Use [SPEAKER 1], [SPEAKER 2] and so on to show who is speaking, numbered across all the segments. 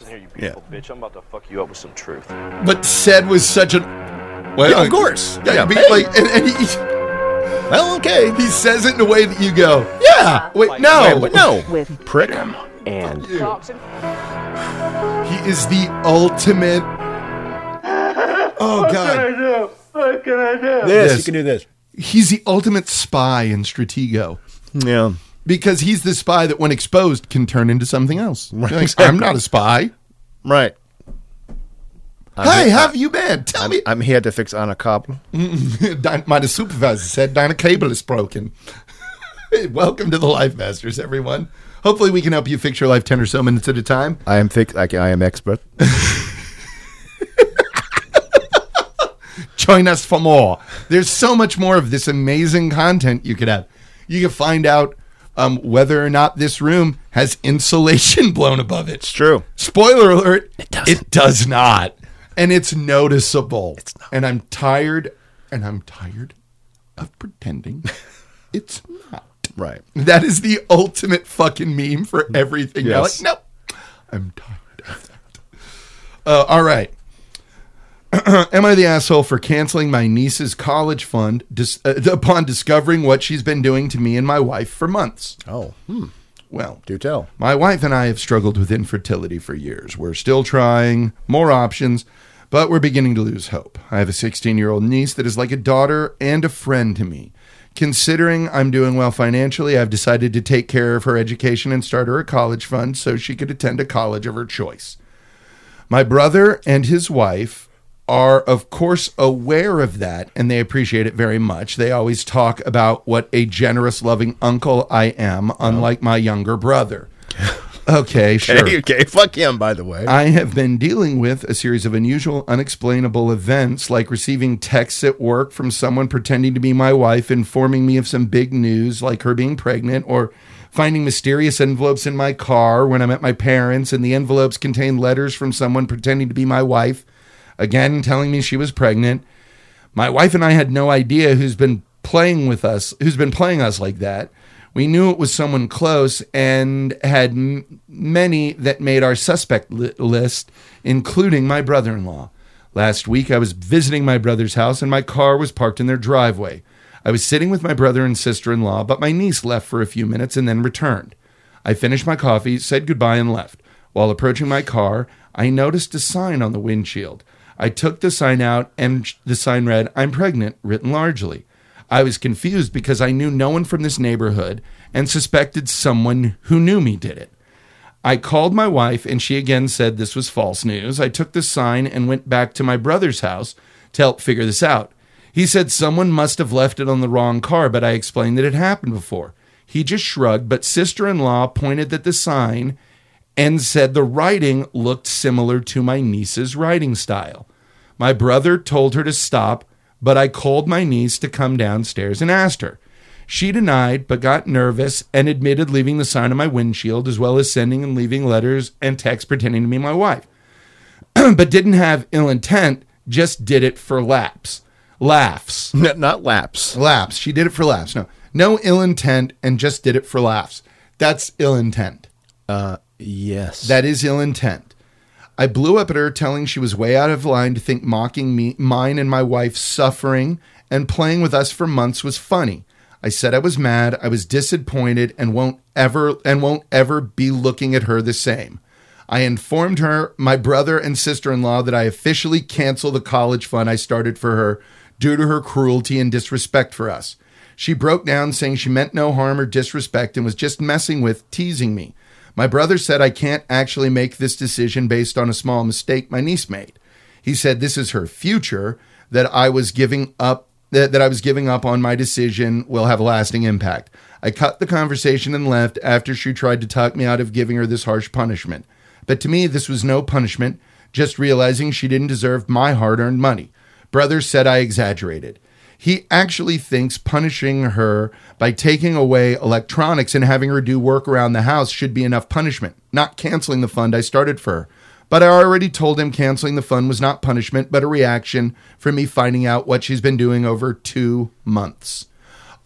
[SPEAKER 1] listen here, you beautiful bitch. I'm about to fuck you up with some truth.
[SPEAKER 2] But said was such an.
[SPEAKER 3] Well,
[SPEAKER 2] Yeah,
[SPEAKER 3] of course.
[SPEAKER 2] Yeah, be-
[SPEAKER 3] hey,
[SPEAKER 2] like, and, and he,
[SPEAKER 3] well, okay.
[SPEAKER 2] he says it in a way that you go,
[SPEAKER 3] Yeah.
[SPEAKER 2] wait, no,
[SPEAKER 3] Wait, but "Ah, no,
[SPEAKER 4] With
[SPEAKER 3] prick.
[SPEAKER 1] And
[SPEAKER 2] He is the ultimate. Oh God,
[SPEAKER 3] This
[SPEAKER 2] Yes.
[SPEAKER 3] you can do this.
[SPEAKER 2] he's the ultimate spy in Stratego
[SPEAKER 3] Yeah.
[SPEAKER 2] because he's the spy that, when exposed, can turn into something else. You're like,
[SPEAKER 3] exactly.
[SPEAKER 2] I'm not a spy.
[SPEAKER 3] Right.
[SPEAKER 2] hey, how have you been? Tell me.
[SPEAKER 3] I'm here to fix Anna Cobb.
[SPEAKER 2] Dyn- my supervisor said Dinah cable is broken. Welcome to the Life Masters, everyone. Hopefully, we can help you fix your life ten or so minutes at a time.
[SPEAKER 3] I am thick. Like I am expert.
[SPEAKER 2] join us for more. There's so much more of this amazing content you could have. You can find out um, whether or not this room has insulation blown above it.
[SPEAKER 3] True.
[SPEAKER 2] Spoiler alert, it, does not. And it's noticeable. It's not. And I'm tired, and I'm tired of pretending it's not.
[SPEAKER 3] Right.
[SPEAKER 2] That is the ultimate fucking meme for everything. You're
[SPEAKER 3] Yes.
[SPEAKER 2] like, nope, Mm. I'm tired of that. Uh, all right. Am I the asshole for canceling my niece's college fund dis- uh, upon discovering what she's been doing to me and my wife for months?
[SPEAKER 3] Oh, hmm.
[SPEAKER 2] Well,
[SPEAKER 3] do tell.
[SPEAKER 2] my wife and I have struggled with infertility for years. We're still trying more options, but we're beginning to lose hope. I have a 16 year old niece that is like a daughter and a friend to me. Considering I'm doing well financially, I've decided to take care of her education and start her a college fund so she could attend a college of her choice. My brother and his wife are, of course, aware of that and they appreciate it very much. They always talk about what a generous, loving uncle I am, unlike my younger brother. Okay, sure.
[SPEAKER 3] Hey, okay. Fuck him, by the way.
[SPEAKER 2] I have been dealing with a series of unusual, unexplainable events, like receiving texts at work from someone pretending to be my wife, informing me of some big news, like her being pregnant, or finding mysterious envelopes in my car when I'm at my parents, and the envelopes contain letters from someone pretending to be my wife, again telling me she was pregnant. My wife and I had no idea who's been playing with us, who's been playing us like that. We knew it was someone close and had m- many that made our suspect li- list, including my brother in law. Last week, I was visiting my brother's house and my car was parked in their driveway. I was sitting with my brother and sister in law, but my niece left for a few minutes and then returned. I finished my coffee, said goodbye, and left. While approaching my car, I noticed a sign on the windshield. I took the sign out, and sh- the sign read, I'm pregnant, written largely. I was confused because I knew no one from this neighborhood and suspected someone who knew me did it. I called my wife, and she again said this was false news. I took the sign and went back to my brother's house to help figure this out. He said someone must have left it on the wrong car, but I explained that it happened before. He just shrugged, but sister in law pointed at the sign and said the writing looked similar to my niece's writing style. My brother told her to stop, but I called my niece to come downstairs and asked her. She denied, but got nervous and admitted leaving the sign on my windshield, as well as sending and leaving letters and texts pretending to be my wife, but didn't have ill intent, just did it for laps. Laughs.
[SPEAKER 3] N- not laps.
[SPEAKER 2] Laughs. She did it for laughs. No, no ill intent and just did it for laughs. That's ill intent.
[SPEAKER 3] Uh, Yes.
[SPEAKER 2] That is ill intent. I blew up at her, telling she was way out of line to think mocking me, mine and my wife's suffering and playing with us for months was funny. I said I was mad, I was disappointed, and won't ever and won't ever be looking at her the same. I informed her, my brother and sister-in-law, that I officially cancel the college fund I started for her due to her cruelty and disrespect for us. She broke down, saying she meant no harm or disrespect and was just messing with, teasing me. My brother said I can't actually make this decision based on a small mistake my niece made. He said this is her future that I was giving up that, that I was giving up on my decision will have a lasting impact. I cut the conversation and left after she tried to talk me out of giving her this harsh punishment. But to me this was no punishment, just realizing she didn't deserve my hard-earned money. Brother said I exaggerated. He actually thinks punishing her by taking away electronics and having her do work around the house should be enough punishment, not canceling the fund I started for her. But I already told him canceling the fund was not punishment, but a reaction for me finding out what she's been doing over two months.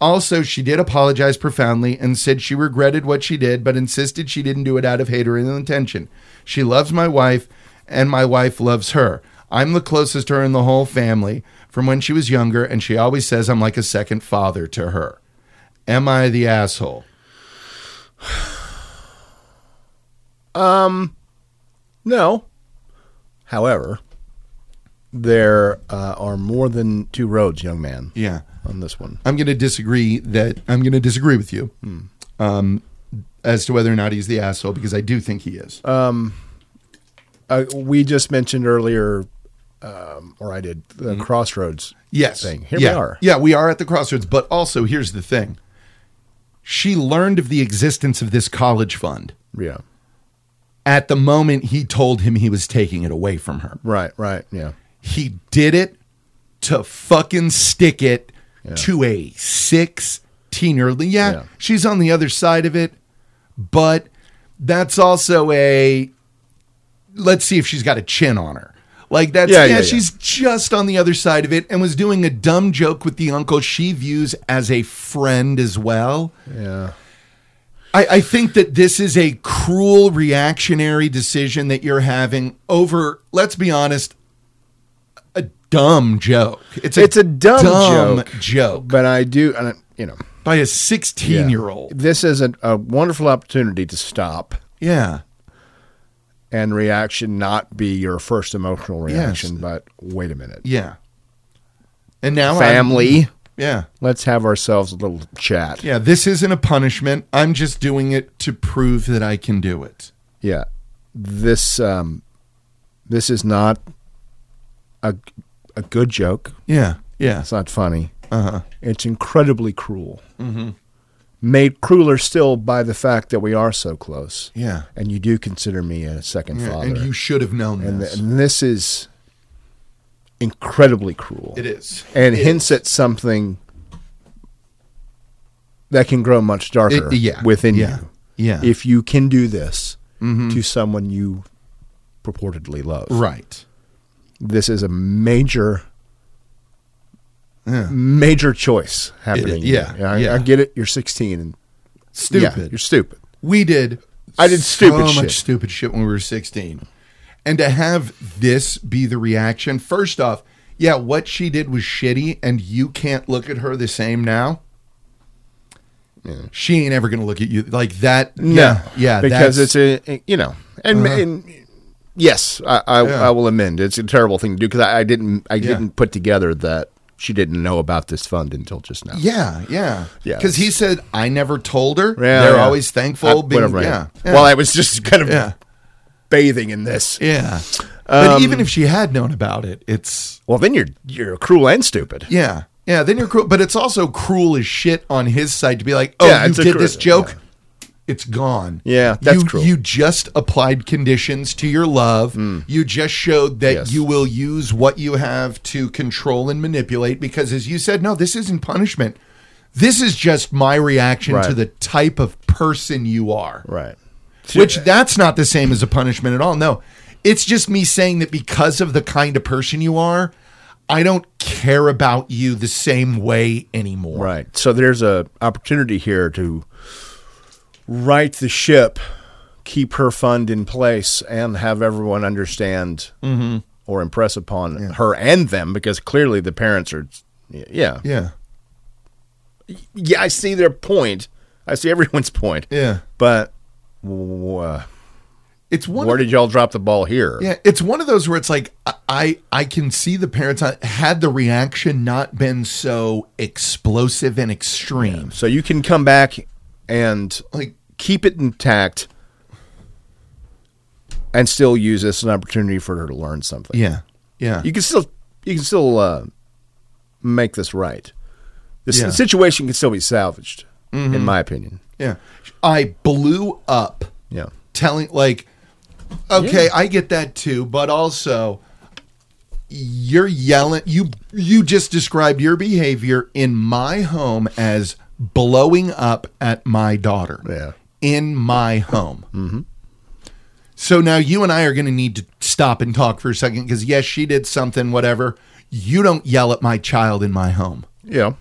[SPEAKER 2] Also, she did apologize profoundly and said she regretted what she did, but insisted she didn't do it out of hate or ill intention. She loves my wife, and my wife loves her. I'm the closest to her in the whole family from when she was younger, and she always says I'm like a second father to her. Am I the asshole?
[SPEAKER 3] No. However, there uh, are more than two roads, young man.
[SPEAKER 2] Yeah.
[SPEAKER 3] On this one,
[SPEAKER 2] I'm going to disagree that I'm going to disagree with you um, as to whether or not he's the asshole because I do think he is.
[SPEAKER 3] uh, we just mentioned earlier, um, or I did, the crossroads.
[SPEAKER 2] Mm-hmm. yes.
[SPEAKER 3] thing. Here we
[SPEAKER 2] yeah.
[SPEAKER 3] are.
[SPEAKER 2] Yeah, we are at the crossroads. But also, here's the thing she learned of the existence of this college fund
[SPEAKER 3] Yeah.
[SPEAKER 2] at the moment he told him he was taking it away from her.
[SPEAKER 3] Right. Right. Yeah.
[SPEAKER 2] He did it to fucking stick it
[SPEAKER 3] Yeah.
[SPEAKER 2] to a 16 year old. Yeah,
[SPEAKER 3] Yeah.
[SPEAKER 2] she's on the other side of it, but that's also a let's see if she's got a chin on her. Like that's
[SPEAKER 3] Yeah,
[SPEAKER 2] yeah,
[SPEAKER 3] yeah, yeah.
[SPEAKER 2] she's just on the other side of it and was doing a dumb joke with the uncle she views as a friend as well.
[SPEAKER 3] Yeah.
[SPEAKER 2] I, I think that this is a cruel reactionary decision that you're having over, let's be honest, a dumb joke.
[SPEAKER 3] It's a dumb joke.
[SPEAKER 2] joke
[SPEAKER 3] But I do, and I, you know,
[SPEAKER 2] by a 16
[SPEAKER 3] yeah.
[SPEAKER 2] year old.
[SPEAKER 3] This is a, a wonderful opportunity to stop
[SPEAKER 2] Yeah.
[SPEAKER 3] and reaction not be your first emotional reaction, but wait a minute,
[SPEAKER 2] Yeah. And now I'm-
[SPEAKER 3] family.
[SPEAKER 2] yeah.
[SPEAKER 3] Let's have ourselves a little chat.
[SPEAKER 2] Yeah. This isn't a punishment. I'm just doing it to prove that I can do it.
[SPEAKER 3] Yeah. This um this is not a a good joke.
[SPEAKER 2] Yeah. Yeah.
[SPEAKER 3] It's not funny.
[SPEAKER 2] Uh huh.
[SPEAKER 3] It's incredibly cruel. Mm-hmm. Made crueler still by the fact that we are so close.
[SPEAKER 2] Yeah.
[SPEAKER 3] And you do consider me a second
[SPEAKER 2] Yeah,
[SPEAKER 3] father.
[SPEAKER 2] And you should have known
[SPEAKER 3] and,
[SPEAKER 2] this.
[SPEAKER 3] th- and this is incredibly cruel.
[SPEAKER 2] it is.
[SPEAKER 3] And hints at something that can grow much darker
[SPEAKER 2] It- yeah.
[SPEAKER 3] within
[SPEAKER 2] yeah.
[SPEAKER 3] you.
[SPEAKER 2] Yeah. Mm-hmm.
[SPEAKER 3] If you can do this to someone you purportedly love,
[SPEAKER 2] right.
[SPEAKER 3] this is a major,
[SPEAKER 2] Yeah.
[SPEAKER 3] major choice happening.
[SPEAKER 2] yeah,
[SPEAKER 3] here. I,
[SPEAKER 2] yeah.
[SPEAKER 3] I get it. You're 16 and
[SPEAKER 2] Stupid.
[SPEAKER 3] yeah, you're stupid.
[SPEAKER 2] we did.
[SPEAKER 3] I did stupid
[SPEAKER 2] so
[SPEAKER 3] shit.
[SPEAKER 2] much stupid shit when we were sixteen, and to have this be the reaction. First off, yeah, what she did was shitty, and you can't look at her the same now. She ain't ever gonna look at you like that. yeah, yeah,
[SPEAKER 3] because
[SPEAKER 2] that's- Uh-huh.
[SPEAKER 3] it's a you know, and, and yes, I I,
[SPEAKER 2] Yeah.
[SPEAKER 3] I will amend. It's a terrible thing to do because I, I didn't I
[SPEAKER 2] Yeah.
[SPEAKER 3] didn't put together that she didn't know about this fund until just now.
[SPEAKER 2] yeah, yeah,
[SPEAKER 3] Yeah,
[SPEAKER 2] Because he
[SPEAKER 3] it's-
[SPEAKER 2] said, "I never told her."
[SPEAKER 3] Yeah,
[SPEAKER 2] They're
[SPEAKER 3] yeah.
[SPEAKER 2] always
[SPEAKER 3] I-
[SPEAKER 2] thankful. being,
[SPEAKER 3] whatever. I
[SPEAKER 2] yeah,
[SPEAKER 3] am.
[SPEAKER 2] yeah,
[SPEAKER 3] Well, I was just kind of
[SPEAKER 2] yeah,
[SPEAKER 3] bathing in this.
[SPEAKER 2] yeah. but
[SPEAKER 3] Um,
[SPEAKER 2] even if she had known about it, it's
[SPEAKER 3] Well, then you're you're cruel and stupid.
[SPEAKER 2] Yeah. Yeah, then you're cruel, but it's also cruel as shit on his side to be like, "Oh,
[SPEAKER 3] Yeah,
[SPEAKER 2] you
[SPEAKER 3] it's a
[SPEAKER 2] did
[SPEAKER 3] cru-
[SPEAKER 2] this joke, it's gone."
[SPEAKER 3] Yeah, that's
[SPEAKER 2] you,
[SPEAKER 3] cruel. Hmm.
[SPEAKER 2] You just applied conditions to your love. You just showed that
[SPEAKER 3] Yes.
[SPEAKER 2] you will use what you have to control and manipulate. Because as you said, no, this isn't punishment. This is just my reaction
[SPEAKER 3] Right.
[SPEAKER 2] to the type of person you are.
[SPEAKER 3] Right.
[SPEAKER 2] Which that's not the same as a punishment at all. No, it's just me saying that because of the kind of person you are, I don't care about you the same way anymore.
[SPEAKER 3] Right. So there's a opportunity here to right the ship, keep her fund in place, and have everyone understand
[SPEAKER 2] Mm-hmm.
[SPEAKER 3] or impress upon her and them because clearly the parents are. Yeah.
[SPEAKER 2] Yeah.
[SPEAKER 3] Yeah. I see their point. I see everyone's point.
[SPEAKER 2] Yeah.
[SPEAKER 3] But w- uh,
[SPEAKER 2] It's one.
[SPEAKER 3] where did y'all drop the ball here?
[SPEAKER 2] yeah, it's one of those where it's like I- I I can see the parents on- had the reaction not been so explosive and extreme.
[SPEAKER 3] So you can come back and
[SPEAKER 2] Like
[SPEAKER 3] keep it intact and still use this as an opportunity for her to learn something.
[SPEAKER 2] yeah. Yeah.
[SPEAKER 3] You can still you can still uh, make this right. The
[SPEAKER 2] Yeah.
[SPEAKER 3] s situation can still be salvaged, in my opinion.
[SPEAKER 2] yeah. I blew up.
[SPEAKER 3] Yeah.
[SPEAKER 2] telling like okay i get that too but also you're yelling you you just described your behavior in my home as blowing up at my daughter
[SPEAKER 3] Yeah.
[SPEAKER 2] in my home mm-hmm. so now you and i are going to need to stop and talk for a second because yes she did something whatever you don't yell at my child in my home
[SPEAKER 3] Yeah.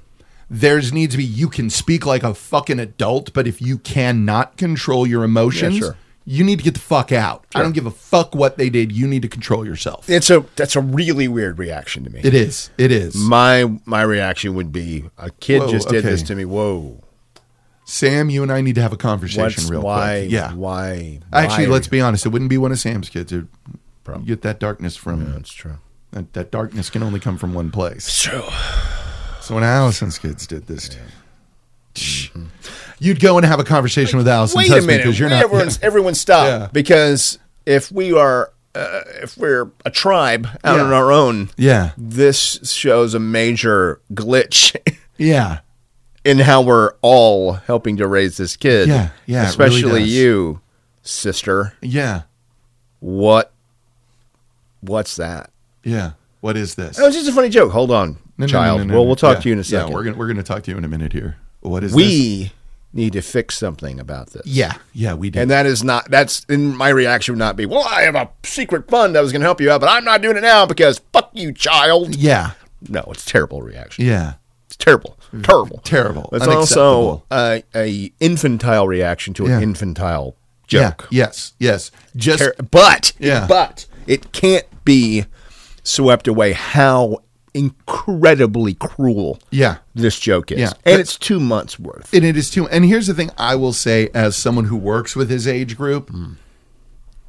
[SPEAKER 2] there's needs to be you can speak like a fucking adult, but if you cannot control your emotions,
[SPEAKER 3] sure.
[SPEAKER 2] you need to get the fuck out. I don't give a fuck what they did. You need to control yourself.
[SPEAKER 3] It's a that's a really weird reaction to me.
[SPEAKER 2] it is. It is.
[SPEAKER 3] my my reaction would be a kid
[SPEAKER 2] Whoa,
[SPEAKER 3] just did this
[SPEAKER 2] okay.
[SPEAKER 3] to me. Whoa.
[SPEAKER 2] Sam, you and I need to have a conversation
[SPEAKER 3] What's
[SPEAKER 2] real
[SPEAKER 3] why,
[SPEAKER 2] quick. Yeah.
[SPEAKER 3] Why?
[SPEAKER 2] Actually,
[SPEAKER 3] why-
[SPEAKER 2] let's be honest. It wouldn't be one of Sam's kids. It,
[SPEAKER 3] Probably.
[SPEAKER 2] you get that darkness from
[SPEAKER 3] That's true.
[SPEAKER 2] that, that darkness can only come from one place.
[SPEAKER 3] True.
[SPEAKER 2] So when Allison's kids did this, to- you'd go and have a conversation with Allison's
[SPEAKER 3] Wait a
[SPEAKER 2] husband
[SPEAKER 3] minute.
[SPEAKER 2] because you're
[SPEAKER 3] Wait,
[SPEAKER 2] not.
[SPEAKER 3] everyone's, Everyone stop.
[SPEAKER 2] Yeah.
[SPEAKER 3] Because if we are, uh, if we're a tribe out
[SPEAKER 2] Yeah.
[SPEAKER 3] on our own,
[SPEAKER 2] yeah,
[SPEAKER 3] this shows a major glitch
[SPEAKER 2] yeah,
[SPEAKER 3] in how we're all helping to raise this kid.
[SPEAKER 2] Yeah, yeah, it really
[SPEAKER 3] Especially
[SPEAKER 2] does.
[SPEAKER 3] you, sister.
[SPEAKER 2] yeah,
[SPEAKER 3] What? What's that?
[SPEAKER 2] yeah. What is this?
[SPEAKER 3] Oh, it's just a funny joke. Hold on,
[SPEAKER 2] No, no, no,
[SPEAKER 3] child.
[SPEAKER 2] no, no,
[SPEAKER 3] well,
[SPEAKER 2] no.
[SPEAKER 3] we'll talk
[SPEAKER 2] Yeah.
[SPEAKER 3] to you in a second.
[SPEAKER 2] Yeah, we're gonna we're gonna talk to you in a minute here. What is this?
[SPEAKER 3] we need to fix something about this.
[SPEAKER 2] Yeah, yeah, we did.
[SPEAKER 3] And that is not, that's, and my reaction would not be, well, I have a secret fund that was going to help you out, but I'm not doing it now because fuck you, child.
[SPEAKER 2] yeah,
[SPEAKER 3] No, it's a terrible reaction.
[SPEAKER 2] yeah,
[SPEAKER 3] It's terrible. Terrible.
[SPEAKER 2] Terrible.
[SPEAKER 3] It's also a,
[SPEAKER 2] Unacceptable.
[SPEAKER 3] a infantile reaction to
[SPEAKER 2] Yeah.
[SPEAKER 3] an infantile joke.
[SPEAKER 2] yeah. Yes, yes. Just
[SPEAKER 3] Ter- but,
[SPEAKER 2] Yeah.
[SPEAKER 3] but it can't be swept away how incredibly cruel
[SPEAKER 2] yeah.
[SPEAKER 3] this joke is.
[SPEAKER 2] Yeah.
[SPEAKER 3] And it's two months worth.
[SPEAKER 2] And it is too. And here's the thing I will say as someone who works with his age group,
[SPEAKER 3] Mm.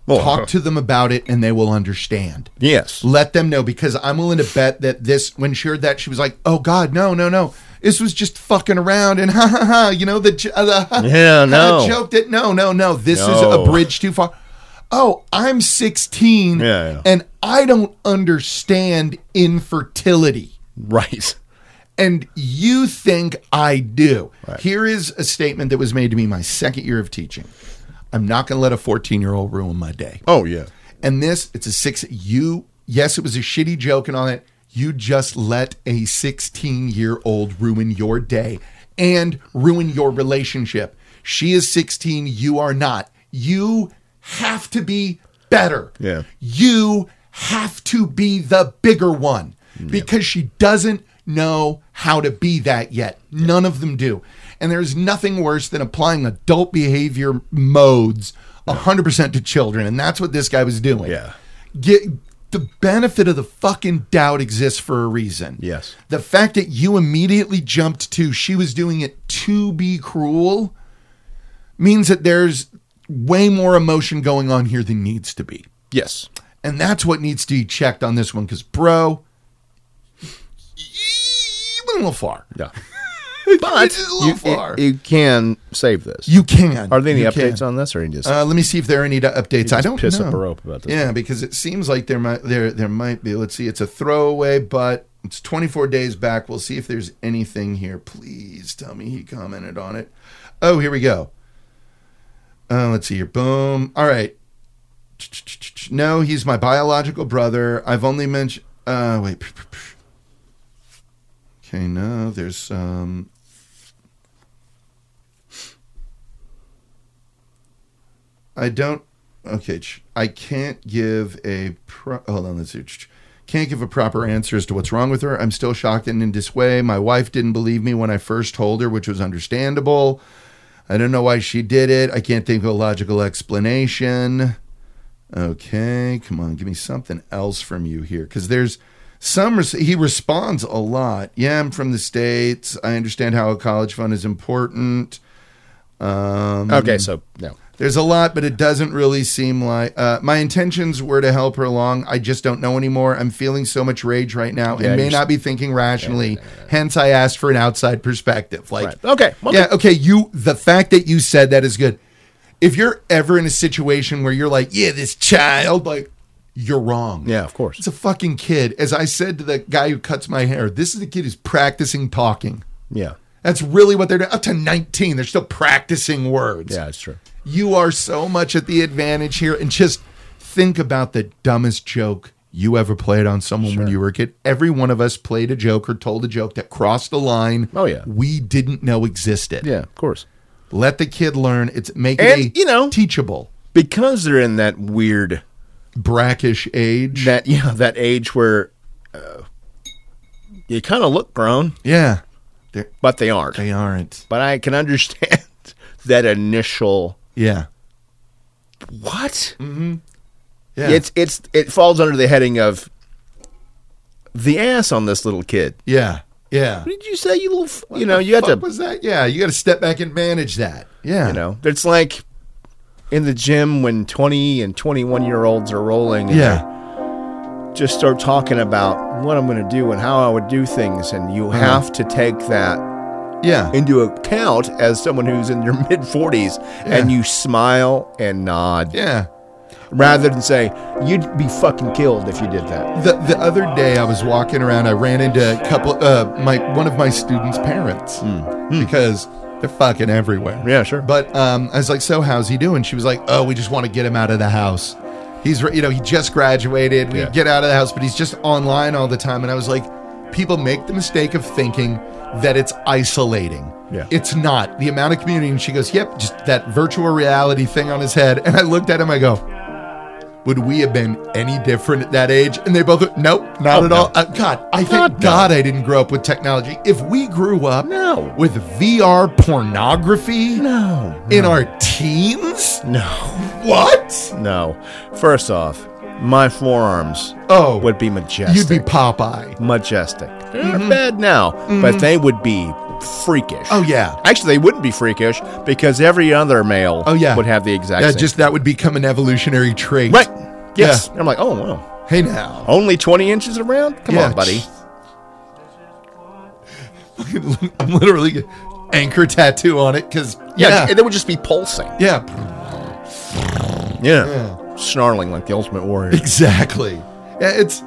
[SPEAKER 3] Well,
[SPEAKER 2] talk to them about it and they will understand.
[SPEAKER 3] Yes.
[SPEAKER 2] Let them know because I'm willing to bet that this, when she heard that, she was like, oh God, no, no, no. This was just fucking around and ha ha ha. You know, the, j- uh, the ha-
[SPEAKER 3] Yeah,
[SPEAKER 2] ha
[SPEAKER 3] no.
[SPEAKER 2] joke that, no, no, no. This is
[SPEAKER 3] No.
[SPEAKER 2] a bridge too far. Oh, I'm 16
[SPEAKER 3] Yeah, yeah.
[SPEAKER 2] and I don't understand infertility
[SPEAKER 3] Right.
[SPEAKER 2] and you think I do. Here is a statement that was made to me my second year of teaching. I'm not going to let a 14 year old ruin my day.
[SPEAKER 3] Oh, yeah.
[SPEAKER 2] And this, it's a six. You, yes, it was a shitty joke and all that. You just let a 16 year old ruin your day and ruin your relationship. She is 16. You are not. You have to be better.
[SPEAKER 3] Yeah.
[SPEAKER 2] You have to be the bigger one because she doesn't know how to be that yet. None of them do. And there's nothing worse than applying adult behavior modes 100% to children. And that's what this guy was doing.
[SPEAKER 3] Yeah.
[SPEAKER 2] Get, the benefit of the fucking doubt exists for a reason.
[SPEAKER 3] Yes.
[SPEAKER 2] The fact that you immediately jumped to she was doing it to be cruel means that there's way more emotion going on here than needs to be.
[SPEAKER 3] Yes.
[SPEAKER 2] And that's what needs to be checked on this one because, bro, you went a little far.
[SPEAKER 3] Yeah.
[SPEAKER 2] But a little
[SPEAKER 3] you,
[SPEAKER 2] far.
[SPEAKER 3] you can save this.
[SPEAKER 2] you can.
[SPEAKER 3] Are there any
[SPEAKER 2] You
[SPEAKER 3] updates
[SPEAKER 2] can.
[SPEAKER 3] on this, or you just
[SPEAKER 2] Uh, let me see if there are any d- updates. I don't
[SPEAKER 3] piss
[SPEAKER 2] know.
[SPEAKER 3] up a rope about this?
[SPEAKER 2] Yeah, because it seems like there might there there might be. Let's see. It's a throwaway, but it's 24 days back. We'll see if there's anything here. Please tell me he commented on it. Oh, here we go. Uh, let's see here. Boom. All right. No, he's my biological brother. I've only mentioned. Uh, wait. Okay, no, there's um. I don't. Okay, ch- I can't give a. Pro- hold on, let's see. Ch- ch- Can't give a proper answer as to what's wrong with her. I'm still shocked and in dismay. My wife didn't believe me when I first told her, which was understandable. I don't know why she did it. I can't think of a logical explanation. Okay, come on, give me something else from you here, because there's some. Res- he responds a lot. Yeah, I'm from the states. I understand how a college fund is important. Um,
[SPEAKER 3] Okay, so no.
[SPEAKER 2] there's a lot, but it doesn't really seem like uh, my intentions were to help her along. I just don't know anymore. I'm feeling so much rage right now
[SPEAKER 3] Yeah,
[SPEAKER 2] and may
[SPEAKER 3] you're-
[SPEAKER 2] not be thinking rationally. Hence, I asked for an outside perspective. Like, "Oh,
[SPEAKER 3] Right. Okay, well,
[SPEAKER 2] yeah, okay. You, the fact that you said that is good. If you're ever in a situation where you're like, yeah, this child, like, you're wrong.
[SPEAKER 3] Yeah, of course.
[SPEAKER 2] It's a fucking kid. As I said to the guy who cuts my hair, this is the kid who's practicing talking.
[SPEAKER 3] Yeah,
[SPEAKER 2] That's really what they're doing. Up to 19, they're still practicing words
[SPEAKER 3] yeah, it's true.
[SPEAKER 2] you are so much at the advantage here and just think about the dumbest joke you ever played on someone when you were a kid every one of us played a joke or told a joke that crossed the line
[SPEAKER 3] Oh, yeah.
[SPEAKER 2] we didn't know existed
[SPEAKER 3] Yeah, of course.
[SPEAKER 2] let the kid learn it's make
[SPEAKER 3] And,
[SPEAKER 2] it a
[SPEAKER 3] you know-
[SPEAKER 2] teachable
[SPEAKER 3] Because they're in that weird
[SPEAKER 2] brackish age
[SPEAKER 3] that yeah that age where uh, you kind of look grown,
[SPEAKER 2] yeah They're-
[SPEAKER 3] but they aren't.
[SPEAKER 2] They aren't.
[SPEAKER 3] but I can understand that initial
[SPEAKER 2] Yeah.
[SPEAKER 3] what?
[SPEAKER 2] Yeah.
[SPEAKER 3] It's it's it falls under the heading of the ass on this little kid.
[SPEAKER 2] yeah. Yeah.
[SPEAKER 3] What did you say? You little, f- you
[SPEAKER 2] What
[SPEAKER 3] know,
[SPEAKER 2] the
[SPEAKER 3] you have to,
[SPEAKER 2] fuck was that? Yeah, you got to step back and manage that. Yeah.
[SPEAKER 3] you know, it's like in the gym when twenty and twenty-one year olds are rolling. and
[SPEAKER 2] Yeah.
[SPEAKER 3] just start talking about what I'm going to do and how I would do things, and you have to take that
[SPEAKER 2] Yeah.
[SPEAKER 3] into account as someone who's in your mid 40s, and you smile and nod
[SPEAKER 2] Yeah.
[SPEAKER 3] rather than say you'd be fucking killed if you did that.
[SPEAKER 2] The, the other day I was walking around, I ran into a couple, uh, my one of my students' parents because they're fucking everywhere.
[SPEAKER 3] Yeah, sure.
[SPEAKER 2] But um, I was like, "So how's he doing?" She was like, "Oh, we just want to get him out of the house. He's, re- you know, he just graduated. We
[SPEAKER 3] Yeah.
[SPEAKER 2] get out of the house, but he's just online all the time." And I was like, "People make the mistake of thinking that it's isolating.
[SPEAKER 3] Yeah.
[SPEAKER 2] It's not the amount of community." And she goes, "Yep, just that virtual reality thing on his head." And I looked at him, I go, would we have been any different at that age? And they both, went, nope, not
[SPEAKER 3] Oh,
[SPEAKER 2] at
[SPEAKER 3] no.
[SPEAKER 2] all. Uh, God, I
[SPEAKER 3] God,
[SPEAKER 2] thank
[SPEAKER 3] no.
[SPEAKER 2] God I didn't grow up with technology. If we grew up
[SPEAKER 3] No.
[SPEAKER 2] with VR pornography
[SPEAKER 3] No,
[SPEAKER 2] in our teens,
[SPEAKER 3] no,
[SPEAKER 2] what?
[SPEAKER 3] no. First off, my forearms
[SPEAKER 2] Oh,
[SPEAKER 3] would be majestic.
[SPEAKER 2] you'd be Popeye.
[SPEAKER 3] majestic. They're not bad now, but they would be freakish.
[SPEAKER 2] Mm-hmm. Oh, yeah.
[SPEAKER 3] Actually, they wouldn't be freakish because every other male
[SPEAKER 2] Oh, yeah.
[SPEAKER 3] would have the exact
[SPEAKER 2] That
[SPEAKER 3] same.
[SPEAKER 2] just that would become an evolutionary trait.
[SPEAKER 3] Right. Yes. I'm like, oh wow.
[SPEAKER 2] Hey now.
[SPEAKER 3] Only twenty inches around? Come
[SPEAKER 2] Yeah,
[SPEAKER 3] on, buddy.
[SPEAKER 2] I'm literally get anchor tattoo on it because
[SPEAKER 3] Yeah,
[SPEAKER 2] yeah,
[SPEAKER 3] and they would just be pulsing.
[SPEAKER 2] yeah,
[SPEAKER 3] Yeah. Snarling like the ultimate warrior.
[SPEAKER 2] Exactly. Yeah, It's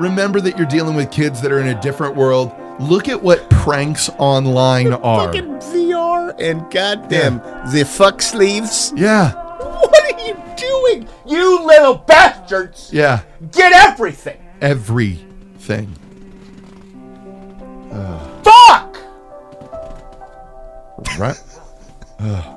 [SPEAKER 2] remember that you're dealing with kids that are in a different world. Look at what pranks online are.
[SPEAKER 3] Fucking VR and goddamn the fuck sleeves.
[SPEAKER 2] Yeah.
[SPEAKER 3] What are you doing? You little bastards!
[SPEAKER 2] Yeah.
[SPEAKER 3] Get everything!
[SPEAKER 2] Everything.
[SPEAKER 3] Fuck!
[SPEAKER 2] Right. Ugh.